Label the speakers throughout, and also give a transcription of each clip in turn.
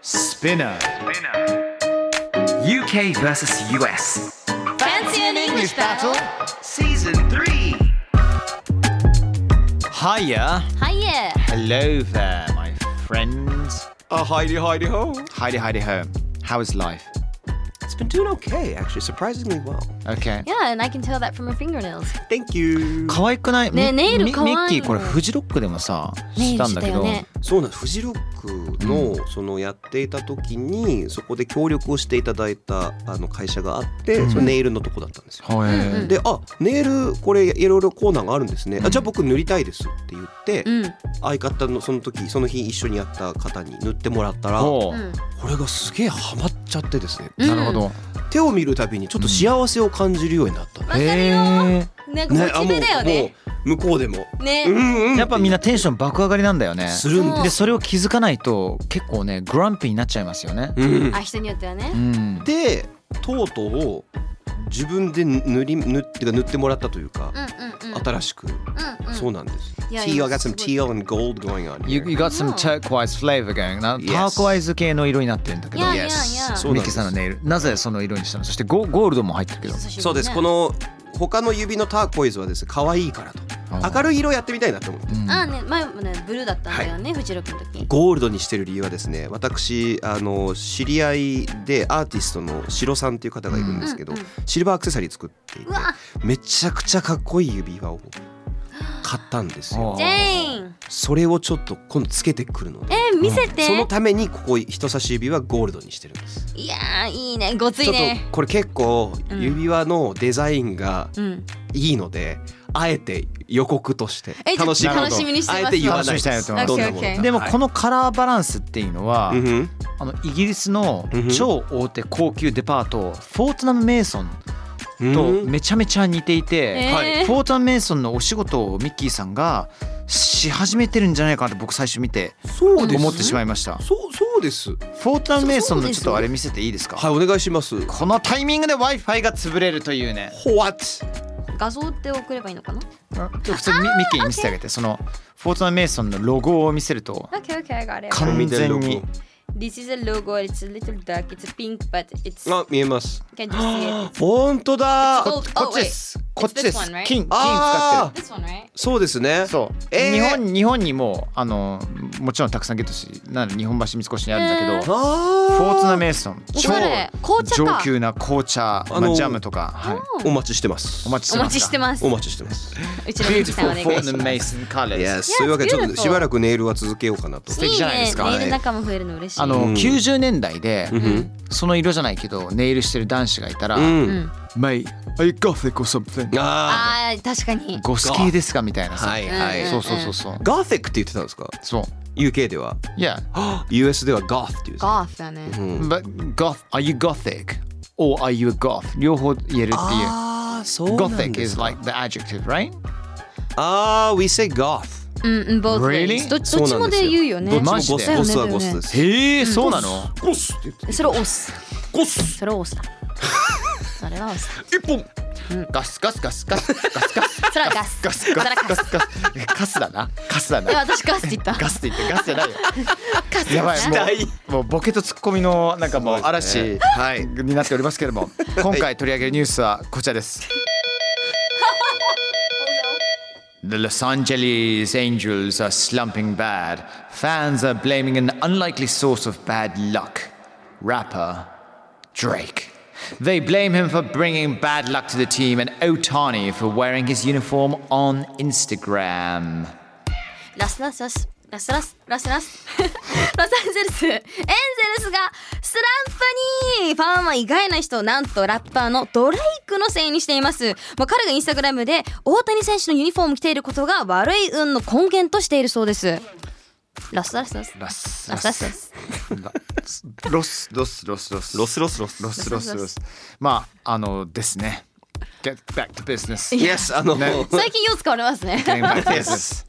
Speaker 1: Spinner.
Speaker 2: UK versus US.
Speaker 3: Fancy an English battle
Speaker 2: Season 3.
Speaker 1: Hiya.
Speaker 3: Hiya
Speaker 1: Hello there, my friends.
Speaker 2: Oh, hidey, hidey, ho.
Speaker 1: Heidi, Heidi, ho. How is life?
Speaker 2: It's been doing okay, actually, surprisingly well.
Speaker 1: Okay.
Speaker 4: Yeah, and I can tell that from her fingernails.
Speaker 2: Thank you.
Speaker 1: 可愛くない
Speaker 4: ねネイル
Speaker 1: ミ
Speaker 4: 可愛い
Speaker 1: ミ
Speaker 4: の
Speaker 1: ッキーこれフジロックでもさ
Speaker 4: ネ
Speaker 1: し
Speaker 4: イル
Speaker 1: たん
Speaker 4: し
Speaker 1: だ
Speaker 4: た
Speaker 1: け
Speaker 4: よ
Speaker 1: ど
Speaker 4: ね。
Speaker 2: そうなんですフジロックの,、そのやっていた時にそこで協力をしていただいたあの会社があって、
Speaker 1: うん
Speaker 2: そのネイルのとこだったんですよ。
Speaker 1: は
Speaker 4: うんう
Speaker 1: い
Speaker 4: ん
Speaker 2: であネイルこれいろいろコーナーがあるんですね、
Speaker 1: うん
Speaker 2: あじゃあ僕塗りたいですって言って、
Speaker 4: うん。
Speaker 2: 相方のその時その日一緒にやった方に塗ってもらったらこ
Speaker 1: ほ
Speaker 4: うん
Speaker 2: れがすげえハマっちゃってですね
Speaker 1: うなるほど
Speaker 2: 手を見るたびにちょっと幸せを感じるようになったんです
Speaker 4: わかるよ
Speaker 1: へ
Speaker 4: うん。なんかモチベだよね。
Speaker 2: もう向こうでも、うん
Speaker 4: ね。
Speaker 2: うん
Speaker 1: ーやっぱみん
Speaker 2: な
Speaker 1: なテンション爆上がりなんだよね
Speaker 2: するんで
Speaker 1: でそれを気づかないと結構ねグランピーになっちゃいますよね
Speaker 2: す、うん
Speaker 4: あ、人によっては
Speaker 1: う
Speaker 4: ね。
Speaker 1: ん
Speaker 2: でとうとう自分で塗り塗ってか塗ってもらったというか
Speaker 4: う、んうんうん。
Speaker 2: 新しく、
Speaker 4: うんうん。
Speaker 2: そうなんです
Speaker 4: いや
Speaker 2: T
Speaker 4: い
Speaker 2: I
Speaker 4: や
Speaker 2: got some
Speaker 4: すごい
Speaker 2: teal and gold going on
Speaker 1: You,
Speaker 2: here
Speaker 1: you got some turquoise flavor going な
Speaker 2: Yes
Speaker 1: ターコワイズ系の色になってるんだけど
Speaker 4: Yeah,
Speaker 1: ミ
Speaker 4: yeah, yeah.
Speaker 2: そうなんで
Speaker 1: ッキ
Speaker 2: す
Speaker 1: ーさんのネイルなぜその色にしたのそしてゴゴールドも入ってるけど
Speaker 2: そうですこ。の他の指のターコイズはですね可愛いからと明るい色やってみたいなと思って
Speaker 1: うん
Speaker 4: あーね、前もね、ブルーだったんだよね、フジロックの時。
Speaker 2: ゴールドにしてる理由はですね私あの知り合いでアーティストのシロさんっていう方がいるんですけど、
Speaker 4: うんうん
Speaker 2: シルバーアクセサリー作っていうて
Speaker 4: わ、
Speaker 2: めちゃくちゃかっこいい指輪を買ったんですよ
Speaker 4: ジェーン。
Speaker 2: それをちょっと今度つけてくるので
Speaker 4: え、見せて
Speaker 2: そ。のためにここ人差し指はゴールドにしてるんです
Speaker 4: いやー、いいね、ごつ
Speaker 2: ち
Speaker 4: い
Speaker 2: ょっと
Speaker 4: ね。
Speaker 2: これ結構
Speaker 4: うん
Speaker 2: 指輪のデザインが
Speaker 4: うん。
Speaker 2: いいので、あえて予告として
Speaker 4: えちょ
Speaker 2: 楽
Speaker 4: っと
Speaker 2: しみ
Speaker 4: 楽しみにしてます
Speaker 2: あえて言わ
Speaker 1: 楽し
Speaker 2: な
Speaker 1: み
Speaker 2: い
Speaker 1: にしたいなと思い
Speaker 4: ます
Speaker 2: どんなもの
Speaker 4: Okay,
Speaker 2: か
Speaker 4: okay
Speaker 1: でもこ
Speaker 2: の、
Speaker 1: のカラーバランスっていうのは、
Speaker 2: うんふん
Speaker 1: あのイギリスの
Speaker 2: うんふん
Speaker 1: 超大手高級デパート、フォートナム・メイソンと
Speaker 2: うん
Speaker 1: めちゃめちゃ似ていて、
Speaker 4: えー
Speaker 1: はいフォートナム・メイソンのお仕事をミッキーさんがし始めてるんじゃないかなって僕最初見て
Speaker 2: そうです
Speaker 1: 思ってしまいました
Speaker 2: そうそうですは
Speaker 1: フォートナム・メイソンのちょっとあれ見せていいですか
Speaker 2: いお願いします
Speaker 1: このタイミングで w i f i が潰れるというね
Speaker 2: What?
Speaker 4: 画像って送ればいいのかな。
Speaker 1: 普通にミミッキーに見せてあげてそのフォートナム・メイソンのロゴを見せると
Speaker 4: Okay, okay, I got it.
Speaker 1: 完全に
Speaker 4: This is a logo. It's a little dark. It's pink, but it's.
Speaker 2: あ見えます。
Speaker 4: Can you see it?
Speaker 2: 本当だ
Speaker 4: It's。gold.
Speaker 1: こっちですこっちで
Speaker 4: It's this
Speaker 1: す
Speaker 4: one, right?
Speaker 1: 金金使って
Speaker 2: あ
Speaker 1: る
Speaker 2: あ
Speaker 4: This one, right?
Speaker 2: そうですね。
Speaker 1: そう、
Speaker 2: えー
Speaker 1: 日本日本にもあのもちろんたくさんゲットしなんで日本橋三越にあるんだけど、
Speaker 4: えー
Speaker 2: あ
Speaker 1: フォーツナ
Speaker 2: メ
Speaker 1: メイソン
Speaker 4: おしゃれ紅茶
Speaker 1: 上
Speaker 4: か
Speaker 1: 級な紅茶、まあ
Speaker 2: あのー
Speaker 1: ジャムとか、はい、
Speaker 2: お待ちしてます。
Speaker 1: お待ちし
Speaker 4: お
Speaker 1: てます
Speaker 4: 待ちしてます。
Speaker 2: お待ちしてます。
Speaker 4: うちのミキさんお願いします。
Speaker 1: ソンカレ
Speaker 2: Yes。
Speaker 4: Yeah,
Speaker 2: そういうわけでちょっ
Speaker 4: beautiful.
Speaker 2: としばらくネイルは続けようかなと
Speaker 1: 素。敵じゃないですか
Speaker 4: いいね、ネイル仲間増えるの嬉しい。
Speaker 1: あの、
Speaker 2: うん
Speaker 1: 90年代で、
Speaker 2: うんうん
Speaker 1: その色じゃないけどネイルしてる男子がいたら
Speaker 2: う
Speaker 1: 「
Speaker 2: ん。
Speaker 1: マイ I gothic or something
Speaker 2: あ
Speaker 4: あー確かに。
Speaker 1: ゴス系ですか?」みたいな
Speaker 2: あ。
Speaker 1: さ、
Speaker 2: はい
Speaker 4: うん
Speaker 2: はい。
Speaker 1: そうそうそうそう
Speaker 2: ガーフィックって言ってたんですか
Speaker 1: そう
Speaker 2: ?UK では。
Speaker 1: Yeah
Speaker 2: US ではガーフっていうんですね。
Speaker 4: ガーフだね。
Speaker 2: うん。
Speaker 1: but goth are you gothic or are you a goth 両方言えるっていう
Speaker 2: ああ、そうなん
Speaker 1: Gothic
Speaker 2: です
Speaker 1: is
Speaker 2: か。
Speaker 1: like the adjective, right?
Speaker 2: ああ、we say goth。
Speaker 4: うんうん、both ways
Speaker 1: Really？
Speaker 4: ど
Speaker 2: そう
Speaker 4: ど
Speaker 2: な
Speaker 4: っ
Speaker 2: んです
Speaker 4: ち
Speaker 2: よ
Speaker 4: もで言うよね。
Speaker 1: どっちもマジで
Speaker 2: ボスボスはボスです。
Speaker 1: へえ、そうなの
Speaker 2: ゴスって言って
Speaker 4: それを押す。
Speaker 2: ゴス
Speaker 4: それ を押すだ。それは押すだ。
Speaker 2: 一本
Speaker 1: ガスガスガスガスガスガス
Speaker 4: それはガス。
Speaker 1: ガスガ
Speaker 4: それはガス。
Speaker 1: スガスガスだなガスだ
Speaker 4: え、
Speaker 1: な
Speaker 4: 私ガスって言った。
Speaker 1: ガスって言ってガスじゃないよ
Speaker 4: ガス。
Speaker 1: やばい
Speaker 4: ね
Speaker 1: もうもうボケとツッコミのなんかも
Speaker 2: そう
Speaker 1: う
Speaker 2: です
Speaker 1: 嵐
Speaker 2: ねはい
Speaker 1: になっておりますけ れども今回取り上げるニュースはこちらです The Los Angeles Angels are slumping bad. Fans are blaming an unlikely source of bad luck. Rapper Drake. They blame him for bringing bad luck to the team and Otani for wearing his uniform on Instagram.
Speaker 4: ラスラスラスラスラスラスラス ロサンゼルスエンゼルスがスランプにファンは意外な人をなんとラッパーのドレイクのせいにしていますもう彼がインスタグラムで大谷選手のユニフォームを着ていることが悪い運の根源としているそうですラスラスラス
Speaker 1: ラス
Speaker 4: ラスラスラス
Speaker 1: ラスロスロスロスロス
Speaker 2: ロスロスロス
Speaker 1: ロスロスロ
Speaker 4: ロ
Speaker 1: ス
Speaker 4: ス
Speaker 1: まああのですね Get back to business
Speaker 2: Yes あの、
Speaker 1: ね
Speaker 4: 最近よう使われますね
Speaker 1: Getting back to business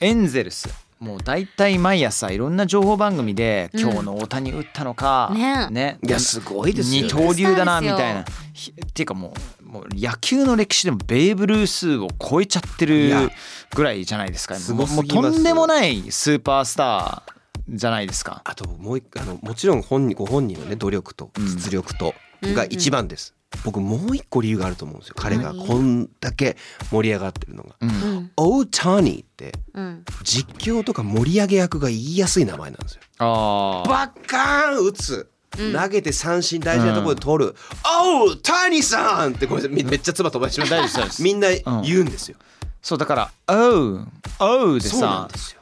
Speaker 1: エンゼルスもう大体毎朝いろんな情報番組で今日の大谷打ったのか、
Speaker 4: ね
Speaker 1: ね
Speaker 2: いやすごいですよ
Speaker 1: 二刀流だなみ
Speaker 4: そうですよ
Speaker 1: たいなひっていうかもうもう野球の歴史でもベーブ・ルースを超えちゃって
Speaker 2: い
Speaker 1: る
Speaker 2: や
Speaker 1: ぐらいじゃないですか
Speaker 2: す
Speaker 1: も
Speaker 2: ご
Speaker 1: う
Speaker 2: す
Speaker 1: もう
Speaker 2: ぎますよ
Speaker 1: とんでもないスーパースターじゃないですか
Speaker 2: あともう一回あのもちろん本人ご本人のね努力と
Speaker 1: うん
Speaker 2: 実力とが一番です、僕もう一個理由があると思うんですよ彼が
Speaker 4: 何
Speaker 2: こんだけ盛り上がってるのが
Speaker 1: うん
Speaker 4: うん
Speaker 2: オーターニーって
Speaker 4: うん
Speaker 2: 実況とか盛り上げ役が言いやすい名前なんですよ
Speaker 1: あー
Speaker 2: バッカーン打つ
Speaker 4: うん
Speaker 2: 投げて三振大事なところで取る「おうタニさん!」ってごめんなさいみめっちゃ唾飛ばしてま
Speaker 1: 大丈夫
Speaker 2: し
Speaker 1: です大丈夫で
Speaker 2: た
Speaker 1: す
Speaker 2: みんな言うんですよ、
Speaker 1: そうだから「Oh Oh」で
Speaker 2: そうなん
Speaker 1: さ
Speaker 2: ですよ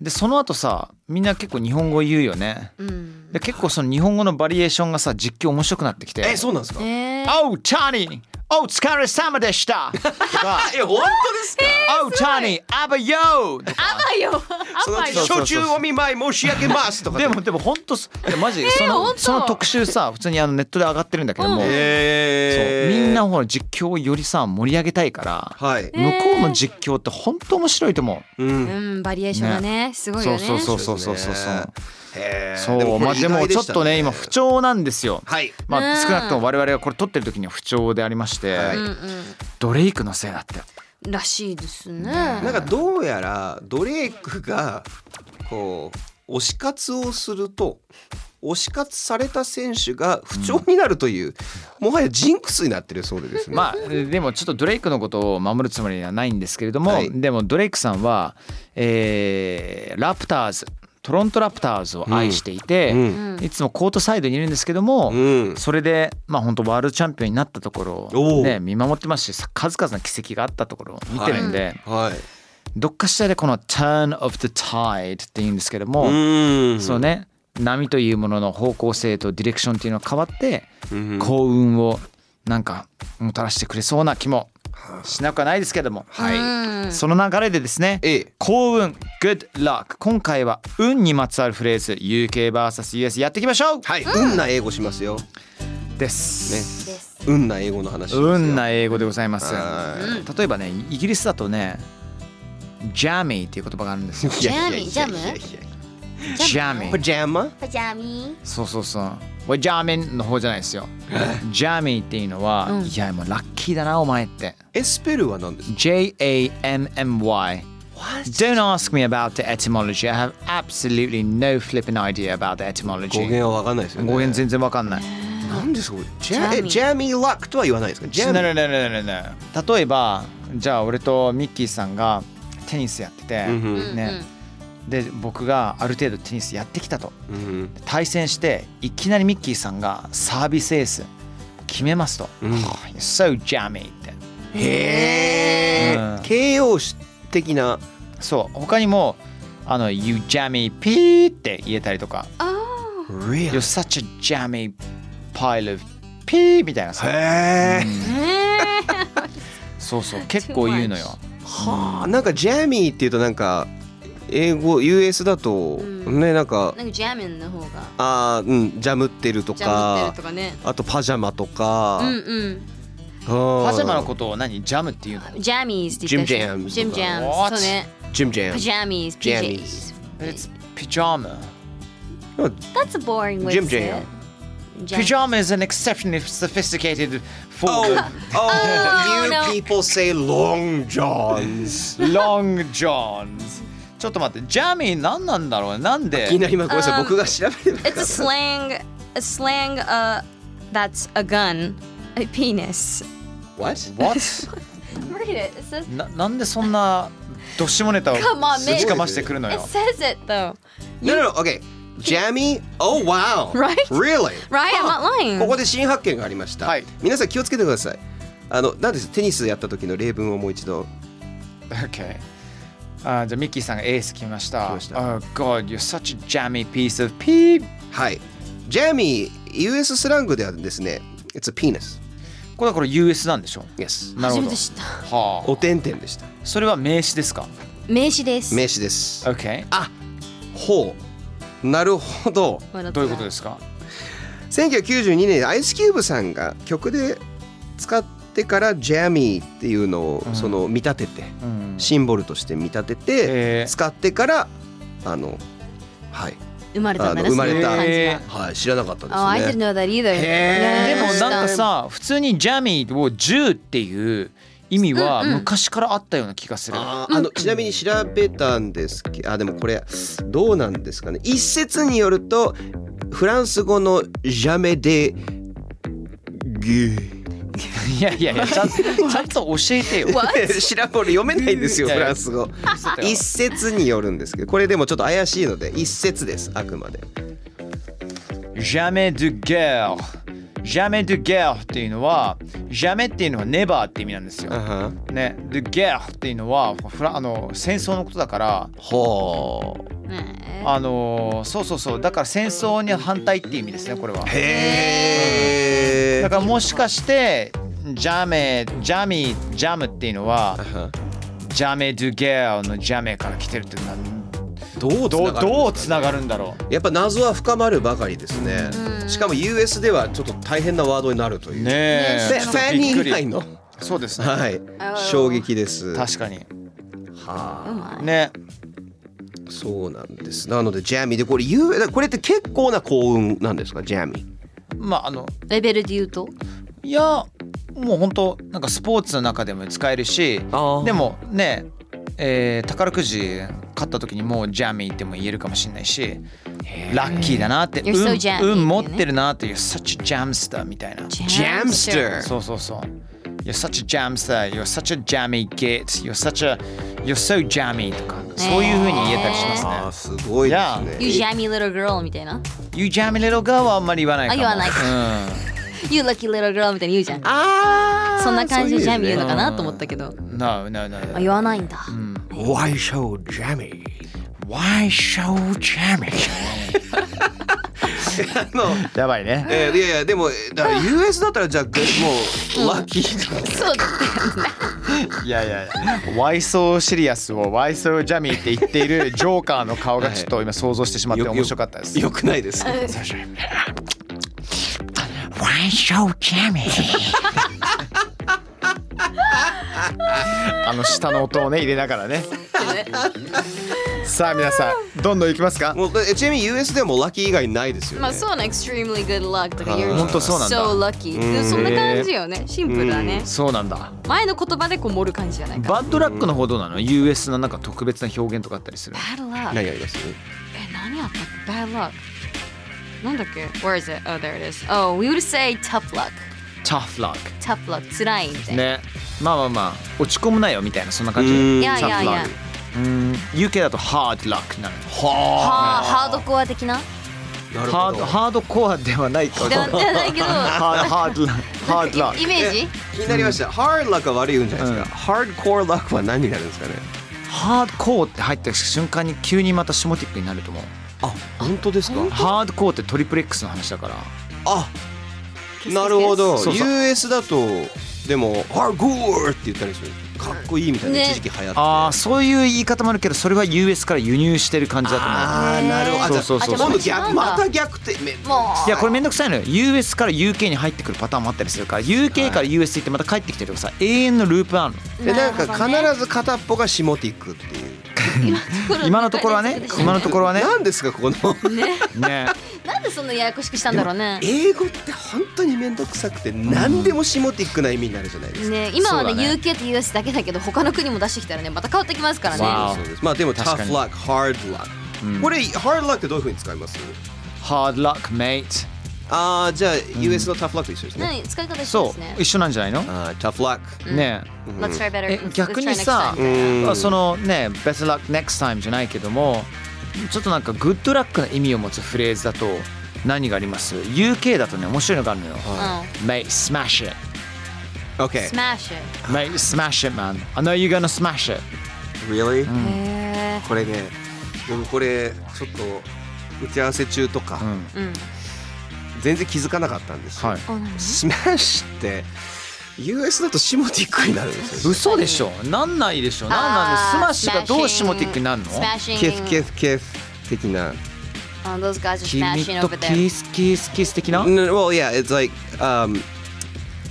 Speaker 1: でその後さみんな結構日本語言うよね
Speaker 4: うん
Speaker 1: で結構その日本語のバリエーションがさ実況面白くなってきて
Speaker 2: えそうなんですか
Speaker 4: えー
Speaker 1: おう、チャーニー、お疲れ様でした。
Speaker 2: あえ本当ですか
Speaker 1: おう、チャーニー、あばよ。
Speaker 4: アバよ
Speaker 2: そ
Speaker 4: ア
Speaker 2: の
Speaker 4: バよ
Speaker 1: そう
Speaker 2: 初中お見舞い申し上げますとか
Speaker 1: でも、でも、本当、すいやマジ、そ
Speaker 4: ほ
Speaker 1: の、
Speaker 4: んと
Speaker 1: その特集さ、普通にあのネットで上がってるんだけども。そう
Speaker 2: え
Speaker 1: みんなほら実況をよりさ盛り上げたいから、
Speaker 2: はい、
Speaker 4: ー
Speaker 1: 向こうの実況って本当面白いと思
Speaker 2: う
Speaker 4: うんんバリエーションがねすご
Speaker 1: う。
Speaker 4: いよ
Speaker 1: そ
Speaker 4: ね
Speaker 1: うそうそうそうそ
Speaker 2: そ
Speaker 1: うそうそう
Speaker 2: ですね
Speaker 1: う。
Speaker 2: へー
Speaker 1: そうまあでもちょっとね今不調なんですよ。
Speaker 2: はい
Speaker 1: まあ
Speaker 4: うん
Speaker 1: 少なくとも我々がこれ撮ってる時には不調でありまして、
Speaker 2: はい
Speaker 4: うんう
Speaker 1: ドレイクのせいだって。
Speaker 4: んらしいですね
Speaker 2: なんかどうやらドレイクがこう推し活をすると推し活された選手が不調になるという、もはやジンクスになってるそうでですね。
Speaker 1: まあでもちょっとドレイクのことを守るつもりはないんですけれども、
Speaker 2: はい
Speaker 1: でもドレイクさんは、えーラプターズトロントラプターズを愛していて、
Speaker 4: う
Speaker 2: うん
Speaker 1: いつもコートサイドにいるんですけども、
Speaker 2: うん
Speaker 1: それでまあ本当ワールドチャンピオンになったところ
Speaker 2: お
Speaker 1: を、
Speaker 2: う
Speaker 1: ね、見守ってますしさ数々の奇跡があったところを見てるんで、
Speaker 2: はい、
Speaker 1: どっかしらでこの「turn of the tide」って言うんですけども、
Speaker 2: うん
Speaker 1: そう、ね波というものの方向性とディレクションっていうのが変わって
Speaker 2: うん
Speaker 1: 幸運をなんかもたらしてくれそうな気もしなくはないですけども、
Speaker 4: うん
Speaker 1: その流れでですね
Speaker 2: ええ
Speaker 1: 幸運 Good luck 今回は運にまつわるフレーズ UKVSUS やっていきましょう
Speaker 2: はい、運な英語しますよ。
Speaker 1: です、
Speaker 4: です
Speaker 2: 運な英語の話ですよ。
Speaker 1: 運な英語でございます
Speaker 2: は
Speaker 1: 例えばねイギリスだとねジャミーっていう言葉があるんですよ
Speaker 2: いやいやいやいやいや
Speaker 4: ジャ
Speaker 2: パ
Speaker 4: ムジャム
Speaker 1: ジャミー
Speaker 2: ジャマ？
Speaker 4: パジャミ
Speaker 1: そうそうそうこれジャーミンの方じゃないですよジャミーっていうのは、
Speaker 4: うん
Speaker 1: いやもうラッキーだなお前って
Speaker 2: エスペルは何です
Speaker 1: J-A-M-M-Y Don't ask me about the etymology. I have absolutely no flipping idea about the
Speaker 2: か？語
Speaker 1: etymology.
Speaker 2: 源はわかんないですよね。
Speaker 1: 語源全然わかんない。
Speaker 2: なんですかこれジ
Speaker 4: ジャ
Speaker 2: ャ
Speaker 4: ミ
Speaker 2: ジャミーラックとは言わないですか？ジャミ
Speaker 1: No, no, no, no, no, no. 例えば、じゃあ俺とミッキーさんがテニスやってて、
Speaker 2: うんうん
Speaker 1: ね、で僕がある程度テニスやってきたと
Speaker 2: うん
Speaker 1: 対戦していきなりミッキーさんがサービスエース決めますと、
Speaker 2: うん
Speaker 1: はあ So jammy って。
Speaker 2: へ
Speaker 1: う
Speaker 2: え
Speaker 1: ん
Speaker 2: 形容詞的な
Speaker 1: そう他にもあの You jammy pee って言えたりとか
Speaker 4: あ
Speaker 2: real
Speaker 1: You're such a jammy pile of pee みたいなさ。
Speaker 2: へえ
Speaker 4: ーえー
Speaker 1: そうそう結構言うのよ。
Speaker 2: はあなんかジャミーっていうとなんか英語 US だと
Speaker 4: うん
Speaker 2: ねなんか
Speaker 4: なんかジャミンの方が
Speaker 2: あーうんジャムってると
Speaker 4: ジャム
Speaker 2: か
Speaker 4: ってるとかね
Speaker 2: あとパジャマと
Speaker 4: うん
Speaker 2: か
Speaker 4: うん
Speaker 2: パ
Speaker 1: パジャマのことを何ジャムっていうの
Speaker 4: ジャミーズって言ったりす
Speaker 2: ジ
Speaker 4: るジ
Speaker 2: ム
Speaker 4: ム
Speaker 2: ジ
Speaker 4: ジ
Speaker 2: ャ
Speaker 4: ャ
Speaker 1: ム
Speaker 4: ム
Speaker 1: ズ
Speaker 4: そうね。
Speaker 2: ジムジャ
Speaker 4: パ
Speaker 2: ム
Speaker 4: ジャミーズ、
Speaker 2: ジャ
Speaker 4: PJs
Speaker 2: ミーズ。
Speaker 1: It's pajama.
Speaker 4: That's a boring way
Speaker 2: Jim
Speaker 4: to say
Speaker 2: Jam.
Speaker 4: it. Jam.
Speaker 1: Pajama is an exceptionally sophisticated form
Speaker 2: Oh,
Speaker 1: of
Speaker 2: oh,
Speaker 4: no.
Speaker 2: you people say long johns.
Speaker 1: long johns. ちょっと待って、ジャミー何なんだろうねなんで
Speaker 2: 気になります。ごめんなさい、
Speaker 4: Um,
Speaker 2: 僕が調べてなかっ
Speaker 4: It's
Speaker 2: た
Speaker 4: a slang, a slang uh, that's a gun, a penis.
Speaker 2: What?
Speaker 1: What?
Speaker 4: Read it. It says,
Speaker 1: ななんでそんなどっしもネタ を
Speaker 4: Come on,
Speaker 1: ぶ
Speaker 4: man.
Speaker 1: ちかましてくるの
Speaker 4: it
Speaker 1: よ。
Speaker 4: says it though,
Speaker 2: No, no, no, okay. Jammy? Oh, wow.
Speaker 4: Right?
Speaker 2: Really?
Speaker 4: right? I'm not lying.
Speaker 2: ここで新発見がありました。
Speaker 1: はい
Speaker 2: 皆さん気をつけてください。あの、なんですテニスやった時の例文をもう一度。
Speaker 1: Okay. あーじゃあミッキーさんがエース決めまし
Speaker 2: 決
Speaker 1: た。
Speaker 2: めました
Speaker 1: Oh God, you're such a jammy piece of pee.
Speaker 2: はい。Jammy、US スラングではですね、It's a penis.
Speaker 1: これはこれ US なんでしょ
Speaker 2: Yes.
Speaker 1: なる
Speaker 4: 初
Speaker 1: ほ
Speaker 4: め
Speaker 1: ど
Speaker 4: て。知った。
Speaker 1: は
Speaker 2: おてんてんでした。
Speaker 1: あ。それは名詞ですか
Speaker 4: 名詞です。
Speaker 2: 名詞です。
Speaker 1: ?Okay.
Speaker 2: あ、ほうなるほど
Speaker 4: 笑っ
Speaker 1: どういうこと
Speaker 4: た
Speaker 1: ですか
Speaker 2: 1992年アイスキューブさんが曲で使ってから「ジャミー」っていうのを
Speaker 1: うん
Speaker 2: その見立てて、
Speaker 1: うん
Speaker 2: シンボルとして見立てて、
Speaker 1: え
Speaker 2: 使ってからあのはい、
Speaker 4: 生まれたんだね
Speaker 2: あの生まれた
Speaker 4: そういう
Speaker 1: へ
Speaker 4: 感じが
Speaker 2: はい、知らなかったですね。
Speaker 4: あ、I didn't know that either
Speaker 1: で
Speaker 4: ね
Speaker 1: もなんかさ普通にジャミーを10っていう意味は
Speaker 4: うんうん
Speaker 1: 昔からあったような気がする、
Speaker 2: あーあのちなみに調べたんですけどあでもこれどうなんですかね一説によるとフランス語の「ジャメでギュ
Speaker 1: いやいやいやちゃんちゃんと教えてよ
Speaker 4: What?
Speaker 2: ー」調べる読めないんですよ
Speaker 1: いや
Speaker 2: フ
Speaker 1: いや
Speaker 2: ランス語一説によるんですけどこれでもちょっと怪しいので一説ですあくまで
Speaker 1: jamais de guerre jamais de guerre っていうのは jamais っていうのは never って意味なんですよ、
Speaker 2: は
Speaker 1: ね、で guerre っていうのはフラあの戦争のことだから
Speaker 2: ほう
Speaker 4: ね
Speaker 1: あのそうそうそうだから戦争に反対っていう意味ですねこれは
Speaker 2: へ
Speaker 1: だ
Speaker 2: え
Speaker 1: からもしかしてジャメジャミジャムっていうのはジャメ・ドゥ・ゲアのジャメから来てるってな
Speaker 2: どう
Speaker 1: どうどうつ
Speaker 2: が
Speaker 1: ながるんだろ
Speaker 2: やっぱ謎は深まるばかりですね
Speaker 4: うん
Speaker 2: しかも US ではちょっと大変なワードになるという
Speaker 1: うね
Speaker 4: ね
Speaker 2: フ
Speaker 1: え
Speaker 2: ェ
Speaker 1: ちょ
Speaker 2: フ
Speaker 1: っと
Speaker 2: ァ
Speaker 1: び
Speaker 2: ニ
Speaker 1: っく
Speaker 2: ー以
Speaker 1: り
Speaker 2: 外の
Speaker 1: そうですね、
Speaker 2: はい
Speaker 4: あ
Speaker 2: 衝撃です
Speaker 1: 確かに
Speaker 4: うまい
Speaker 1: ね
Speaker 2: そうなんですなのでジャミーでこれ U これって結構な幸運なんですかジャミー
Speaker 1: まああの
Speaker 4: レベルで言うと
Speaker 1: いやもう本当なんかスポーツの中でも使えるし
Speaker 2: あー
Speaker 1: でもねえー宝くじ買った時にもうジャミーっても言えるかもしれないしラッキーだなって、
Speaker 4: You're so jammy
Speaker 1: 運運持
Speaker 4: っ
Speaker 1: って
Speaker 4: いうね
Speaker 1: てるなっていう such a jamster みたいな
Speaker 2: ジャムスター
Speaker 1: そうそうそう。You're such a jamster, you're such a jammy git, you're such a, you're so jammy とか、そういうふうに言えたりしますね
Speaker 2: あ。ーすごいですね
Speaker 4: You jammy little girl みたいな
Speaker 1: You jammy little girl はあんまり言わないかも。
Speaker 4: あ言わない
Speaker 1: うん
Speaker 4: You lucky little girl みたいに言うじゃん
Speaker 2: あー
Speaker 4: そんな感じでジャミー言う
Speaker 2: そう
Speaker 4: のかなと思ったけど
Speaker 1: No, no, no.
Speaker 4: あ言わないんだ
Speaker 2: いうね Why so jammy?
Speaker 1: Why so jammy?
Speaker 2: あの
Speaker 1: やばいね。
Speaker 2: えーいやいやでもだから US だったらじゃあもうラッキ ー
Speaker 4: そうだ
Speaker 1: いやいや、Why so serious を Why so jammy って言っているジョーカーの顔がちょっと今想像してしまって面白かったです。
Speaker 2: よくないですね
Speaker 1: Why so jammy? あの下の音をね入れながらね。 さあ皆さんどんどんいきますか。
Speaker 2: もうえちなみに US ではもうラッキー以外ないですよね
Speaker 4: まあそうね extremely good luck とか言う
Speaker 1: 本当そうなんだ
Speaker 4: so lucky でそんな感じよねシンプルだね
Speaker 1: そうなんだ。
Speaker 4: 前の言葉でこう盛る感じじゃないか
Speaker 1: バッドラックの方どうなの？U.S. のなんか特別な表現とかあったりする？
Speaker 4: bad luck
Speaker 2: 何あります
Speaker 4: え、何あった bad luck なんだっけ where is it oh there it is oh we would say tough luck
Speaker 1: Tough luck。
Speaker 4: tough luck 辛いみたいな
Speaker 1: ね。まあまあまあ落ち込むなよみたいなそんな感じ。
Speaker 2: うーん
Speaker 4: いやいやい
Speaker 1: tough
Speaker 4: や
Speaker 1: luck。うーん。U.K. だと hard luck なの。
Speaker 4: はあハードコア的な
Speaker 2: なる
Speaker 1: ハ
Speaker 2: ほ
Speaker 1: ード
Speaker 2: ど
Speaker 1: ハードコアではないか。
Speaker 4: ではではない けど
Speaker 1: ハードハードハードラック
Speaker 4: イ。メージ
Speaker 2: 気になりました、ハードラックは悪い運じゃないですか、ハードコアラックは何になるんですかね
Speaker 1: ハードコーって入った瞬間に急にまたシモティックになると思う
Speaker 2: あ本当ですか
Speaker 1: ハードコーってトリプレックスの話だから
Speaker 2: あなるほど
Speaker 1: そうそう
Speaker 2: US だとでもハードコアって言ったりするかっこいいみたいな、
Speaker 4: ね
Speaker 2: 一時期流行って
Speaker 1: ああそういう言い方もあるけどそれは US から輸入してる感じだと思う
Speaker 2: あーなるほどあじ
Speaker 1: そ
Speaker 2: ゃ
Speaker 1: う
Speaker 2: あ
Speaker 1: そ
Speaker 4: あ
Speaker 1: うそう
Speaker 2: 今度
Speaker 4: じゃあ
Speaker 2: 逆また逆転め
Speaker 4: もう
Speaker 1: いやこれめんどくさいのよ US から UK に入ってくるパターンもあったりするから UK から US 行ってまた帰ってきてるとかさ永遠のループある
Speaker 2: えなん
Speaker 4: なるほどね
Speaker 2: か必ず片っぽがシモティックっていう
Speaker 1: の今のところはね今のところ はね
Speaker 2: 何ですか この
Speaker 1: ね
Speaker 4: なんでそんなややこしくしたんだろうね
Speaker 2: 英語って本当に面倒くさくて何でもシモティックな意味になるじゃないですか、
Speaker 4: ね今はね
Speaker 1: そうだ
Speaker 4: UK と US だけだけど他の国も出してきたらねまた変わってきますから
Speaker 1: わ
Speaker 4: ね
Speaker 1: あ
Speaker 2: そうですまあでも
Speaker 1: 確か
Speaker 2: tough
Speaker 1: に
Speaker 2: luck hard luck、これハードラックってどういうふうに使います
Speaker 1: Hard luck mate
Speaker 2: ああじゃあ US の tough luck と一緒ですね、
Speaker 4: 何使い方一緒で
Speaker 1: そ
Speaker 4: すね
Speaker 1: う一緒なんじゃないの
Speaker 2: あー tough luck
Speaker 1: ね
Speaker 4: Let's try better
Speaker 1: え
Speaker 4: Let's- let's
Speaker 1: 逆にさ
Speaker 4: try next time
Speaker 1: まあそのね Best luck next time じゃないけどもちょっとなんかグッドラックの意味を持つフレーズだと何があります ?UK だとね面白いのがあるのよ。Mate, smash it.
Speaker 4: うん
Speaker 2: OK
Speaker 4: Smash it
Speaker 1: Mate, smash it, man. I know you're gonna smash it.
Speaker 2: really、
Speaker 4: へ
Speaker 2: これね僕これちょっと打ち合わせ中とか、
Speaker 1: ん
Speaker 4: ーうん
Speaker 2: 全然気づかなかったんですよ、
Speaker 1: はい。
Speaker 4: あ何
Speaker 2: スマッシュって US だとシモティックになるんですよ
Speaker 1: 嘘でしょなんないでしょなんなんでスマッシュがどうシモティックになるの
Speaker 4: スマッシング
Speaker 2: ケフケフケフ的な。
Speaker 4: Oh, those guys are
Speaker 1: 君
Speaker 4: smashing
Speaker 1: と
Speaker 4: over
Speaker 1: キ
Speaker 4: there.
Speaker 1: スキスキス的な
Speaker 2: No, well, yeah, it's like, um,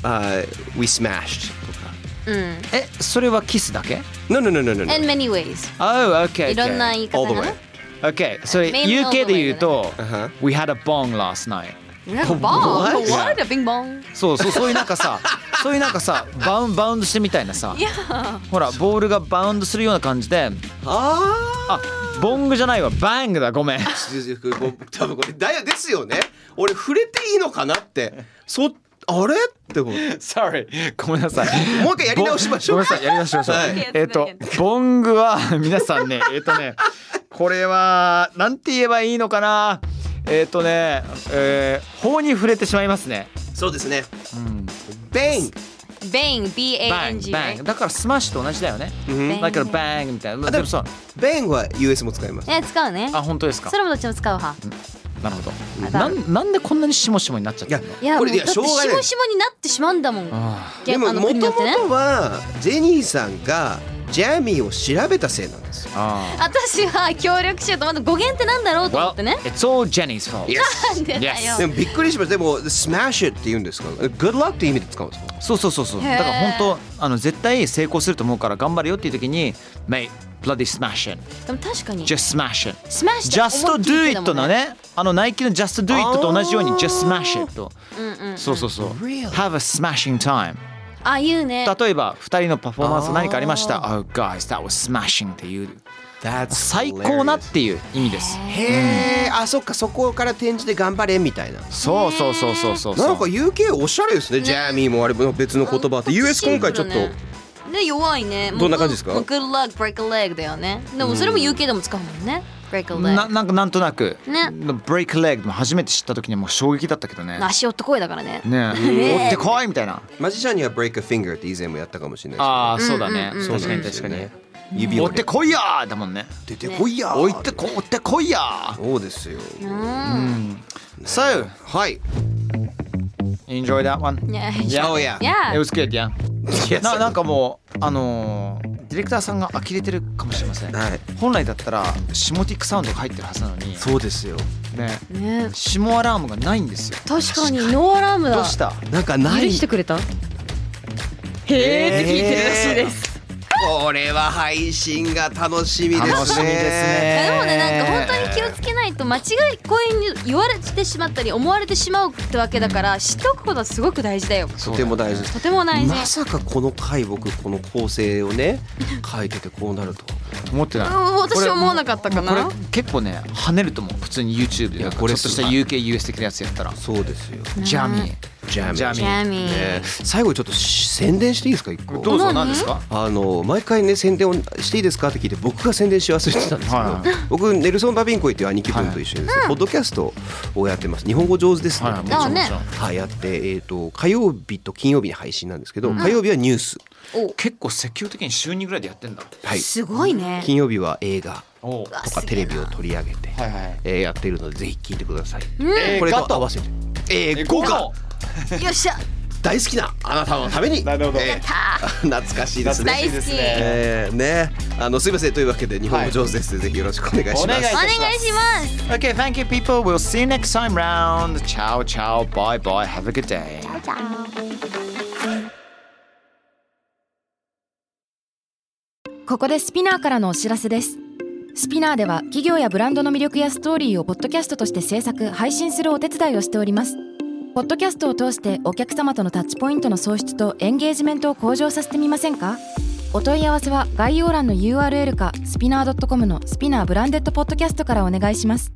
Speaker 2: uh, we smashed. とか
Speaker 4: うん。
Speaker 1: え、それはキスだけ
Speaker 2: No, no, no, no, no. no.
Speaker 4: In many ways.
Speaker 1: Oh, okay.
Speaker 4: いろんな
Speaker 1: okay.
Speaker 4: 言い方
Speaker 2: All the
Speaker 4: が
Speaker 2: way.
Speaker 4: ね。
Speaker 1: Okay, それ
Speaker 4: Mainly all the
Speaker 1: UK で言うと
Speaker 2: だね
Speaker 1: We had a bong last night.
Speaker 4: Like a ball.
Speaker 2: What?
Speaker 4: What? A bing bong.
Speaker 1: そうそうそういうなんかさそういうなんかさバウンバウンドしてみたいなさ
Speaker 4: Yeah.
Speaker 1: ほらボールがバウンドするような感じで
Speaker 2: あ
Speaker 1: あボングじゃないわバングだ ごめん
Speaker 2: あ、多分これだよですよね。俺触れていいのかなって、そあれって思う。
Speaker 1: Sorry ごめんなさい
Speaker 2: もう一回やり直しましょう
Speaker 1: ボンごめんなさいやり直しましょう、
Speaker 2: はい
Speaker 1: えっ、とボングは皆さんねえっ、とねこれはなんて言えばいいのかなえっ、とね、えー、法に触れてしまいますね
Speaker 2: そうですね。
Speaker 1: うん
Speaker 2: ベイン。
Speaker 4: Bang. B A
Speaker 1: バン
Speaker 4: N G.
Speaker 1: バンだからスマッシュと同じだよね
Speaker 4: うん
Speaker 1: だからバンみたいなでもさ
Speaker 2: ベインは US も使います。
Speaker 4: え、使うね。
Speaker 1: あ本当ですか
Speaker 4: それもどっちも使うは。
Speaker 1: なるほど
Speaker 4: あだ
Speaker 1: なんなんでこんなにしもしもになっちゃっ
Speaker 2: い
Speaker 1: た
Speaker 2: や
Speaker 1: んだ、
Speaker 4: いや、も
Speaker 2: こ
Speaker 4: う
Speaker 2: れ
Speaker 4: だ
Speaker 2: い
Speaker 4: って
Speaker 2: や
Speaker 4: し
Speaker 2: しょうがな
Speaker 4: も
Speaker 2: い。
Speaker 4: しもになってしまうんだもん。
Speaker 1: あ
Speaker 4: いや
Speaker 2: でも
Speaker 4: あの
Speaker 2: も
Speaker 4: 国に
Speaker 2: と
Speaker 4: よ
Speaker 2: も
Speaker 4: ってね。
Speaker 2: とはジェニーさんがジャミーを調べたせいなんですよ。
Speaker 1: あ
Speaker 4: 私は協力しようと思って語源ってなんだろうと思ってね。
Speaker 1: it's all Jenny's fault.
Speaker 4: なん でだよ
Speaker 1: Yes.
Speaker 2: でもびっくりしました。でも smash it って言うんですか。good luck って意味で使うんですか。
Speaker 1: そうそうそうそう。
Speaker 4: へー
Speaker 1: だから本当あの絶対成功すると思うから頑張れよっていう時に、mate, bloody smash it,
Speaker 4: でも確かに。
Speaker 1: just smash it,
Speaker 4: スマッシュ
Speaker 1: just do it の。ね、あのナイキの just do it と同じように
Speaker 2: あー
Speaker 1: just smash it と、
Speaker 4: 思いっきりだもんねうんうん。
Speaker 1: そうそうそう。
Speaker 2: Really？
Speaker 1: Have a smashing time.
Speaker 4: あ、言うね。
Speaker 1: 例えば二人のパフォーマンス
Speaker 2: あー
Speaker 1: 何かありました。Oh guys, that was smashing っていう
Speaker 2: That's
Speaker 1: 最高なっていう意味です。
Speaker 2: へえ、あそっかそこから転じて頑張れみたいな。
Speaker 1: そうそうそうそうそうそう。
Speaker 2: なんか UK おしゃれですね。ジャミーもあれも別の言葉あって、US 今回ちょっと。
Speaker 4: ね弱いね。もう
Speaker 2: どんな感じですか
Speaker 4: もう Good luck, break a leg だよね。でもそれも UK でも使うもんね。break a
Speaker 1: な
Speaker 4: leg。
Speaker 1: なんかなんとなく、
Speaker 4: ね
Speaker 1: ブレイクレッグも初めて知った時にはもう衝撃だったけどね。
Speaker 4: 足男声だからね。
Speaker 1: ねえ、追ってこいみたいな。
Speaker 2: マジシャンには break a finger って以前もやったかもしれな
Speaker 1: ああ、そうだね。
Speaker 2: いですけど。
Speaker 1: 確かに
Speaker 2: そう
Speaker 1: 確か
Speaker 2: なん
Speaker 1: に。
Speaker 2: ですよね。指
Speaker 1: 追
Speaker 2: を
Speaker 1: ってこいやーだもんね。
Speaker 2: 出てこいや。
Speaker 1: 追ってこ、追ってこいやー。
Speaker 2: そうですよ。
Speaker 1: So,
Speaker 2: はい。
Speaker 1: enjoy that one.
Speaker 4: Yeah.
Speaker 2: Oh, yeah.
Speaker 4: Yeah.
Speaker 1: It was good, yeah. ななんかもう、あのーディレクターさんが呆れてるかもしれません。
Speaker 2: はい
Speaker 1: 本来だったら、シモティックサウンドが入ってるはずなのに、
Speaker 2: そうですよ。
Speaker 1: ね、
Speaker 4: ね
Speaker 1: シモアラームがないんですよ。
Speaker 4: 確かにノーアラームだ。
Speaker 1: どうした
Speaker 2: なんかない。
Speaker 4: くれたへえって聞いてるらしいです。
Speaker 2: これは配信が楽しみですね。
Speaker 1: 楽しみですね。
Speaker 4: でもねなんか本当に気をつけないと間違いこういうに言われてしまったり思われてしまうってわけだから、知っておくことはすごく大事だよ
Speaker 2: とても大事です。
Speaker 4: とても大事、
Speaker 2: まさかこの回僕この構成をね書いててこうなるとは。
Speaker 1: 思ってない。
Speaker 4: うん私思わなかったかな
Speaker 1: これ結構ね跳ねると思う普通に YouTube で
Speaker 2: いや
Speaker 1: なんか
Speaker 2: こ
Speaker 1: ち
Speaker 2: れ
Speaker 1: ょっとし
Speaker 2: す
Speaker 1: た
Speaker 2: ごい
Speaker 1: UKUS 的なやつやったら
Speaker 2: そうですよ。
Speaker 1: ジャミー
Speaker 2: ジャミー
Speaker 1: ジャミ
Speaker 4: ジャミー、
Speaker 2: ね最後にちょっと宣伝していいですか一個
Speaker 1: どうぞ
Speaker 4: 何
Speaker 1: 何ですか
Speaker 2: あの毎回ね宣伝をしていいですかって聞いて僕が宣伝し忘れてたんですけど、
Speaker 1: はいはい
Speaker 2: 僕ネルソン・バビンコイっていう兄貴分と一緒にですね、ポッドキャストをやってます日本語上手ですね、
Speaker 1: はいはい
Speaker 4: あね
Speaker 2: はいやって、えー、と火曜日と金曜日に配信なんですけど、火曜日はニュース、
Speaker 4: お
Speaker 1: 結構積極的に週2ぐらいでやってんだ
Speaker 2: はい、
Speaker 4: すごいね
Speaker 2: 金曜日は映画
Speaker 1: おう
Speaker 2: とかテレビを取り上げて、
Speaker 1: いはい
Speaker 2: えーやっているのでぜひ聞いてください、
Speaker 1: ん
Speaker 2: これ
Speaker 1: 映画
Speaker 2: と
Speaker 1: と
Speaker 2: 合わせてえー、豪
Speaker 1: 豪
Speaker 2: 華
Speaker 1: 華
Speaker 4: よっしゃ
Speaker 2: 大好きなあなたのために
Speaker 1: なるほど
Speaker 2: えー懐かしいですね
Speaker 4: 大好き、
Speaker 1: ですね
Speaker 2: えー、ねあのすいませんというわけで日本語上手です、ぜひよろしくお願いします
Speaker 1: お願い
Speaker 4: お願いします
Speaker 1: Okay thank you people we'll see you next time round Ciao ciao bye bye have a good day
Speaker 4: Ciao.
Speaker 3: ここでスピナーからのお知らせですスピナーでは企業やブランドの魅力やストーリーをポッドキャストとして制作配信するお手伝いをしておりますポッドキャストを通してお客様とのタッチポイントの創出とエンゲージメントを向上させてみませんかお問い合わせは概要欄の URL かスピナー .com のスピナーブランデッドポッドキャストからお願いします